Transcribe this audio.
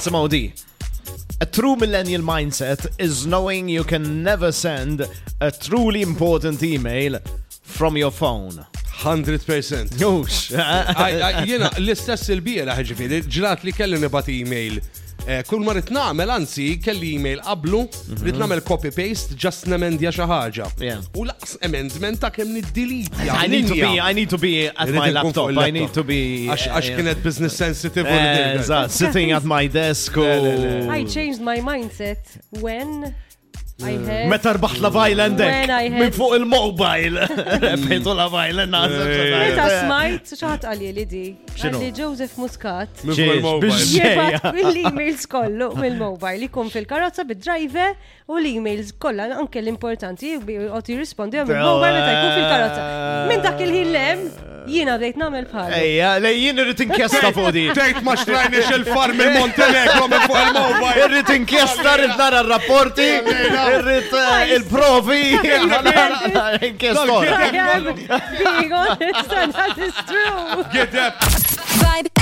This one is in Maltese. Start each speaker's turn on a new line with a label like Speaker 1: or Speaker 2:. Speaker 1: Simaw di. A true millennial mindset is knowing you can never send a truly important email from your phone.
Speaker 2: 100%.
Speaker 1: Jux.
Speaker 2: Aj- aj, Jena, l-istess il-biela ħġifiri, ġrat li kelli nibat e-mail. Eh, Kull ma rrit namel, anzi, kelli e-mail qablu, rrit namel copy-paste, just nemendja xaħġa.
Speaker 1: Yeah.
Speaker 2: U laqs amendment ta' kem nid-delitja.
Speaker 1: I need to be I need to be at
Speaker 2: Irrid
Speaker 1: my
Speaker 2: inkun fuq
Speaker 1: laptop. I
Speaker 2: il-laptop.
Speaker 1: need to be
Speaker 2: Għax għax kienet business sensitive. u
Speaker 1: Eh,
Speaker 2: nidilka.
Speaker 1: eżatt, sitting at my desk u
Speaker 3: I changed my mindset when I had
Speaker 1: Meta rbaħt la
Speaker 3: When I
Speaker 1: Islandek
Speaker 3: had-
Speaker 1: minn fuq il-mobile. Bejtu la Island
Speaker 3: Meta
Speaker 1: naħseb.
Speaker 3: smajt xaħat għalli li di
Speaker 1: X'inhu?
Speaker 3: għalli Joseph Muscat
Speaker 2: Minn fuq il-mobile.
Speaker 1: Biex-
Speaker 3: jibat
Speaker 1: Xejja.
Speaker 3: mill-emails kollu mill-mobile jkun fil-karozza bid-drive u l-emails kollha anke l-importanti qed jirrispondi għam il-mobile meta jkun fil-karozza. Minn dak il-ħin lem jiena bdejt nagħmel bħal.
Speaker 1: Ejja, lejjien irrid inkjesta fuq di.
Speaker 2: Tejt ma xtrajniex il-farm il-Montenegro minn fuq il-mobile.
Speaker 1: Irrit inkjesta, irrit nara r-rapporti, irrit eh, il-provi, inkjesta.
Speaker 3: Being honest, and that is true.
Speaker 2: Get up!
Speaker 4: Vibe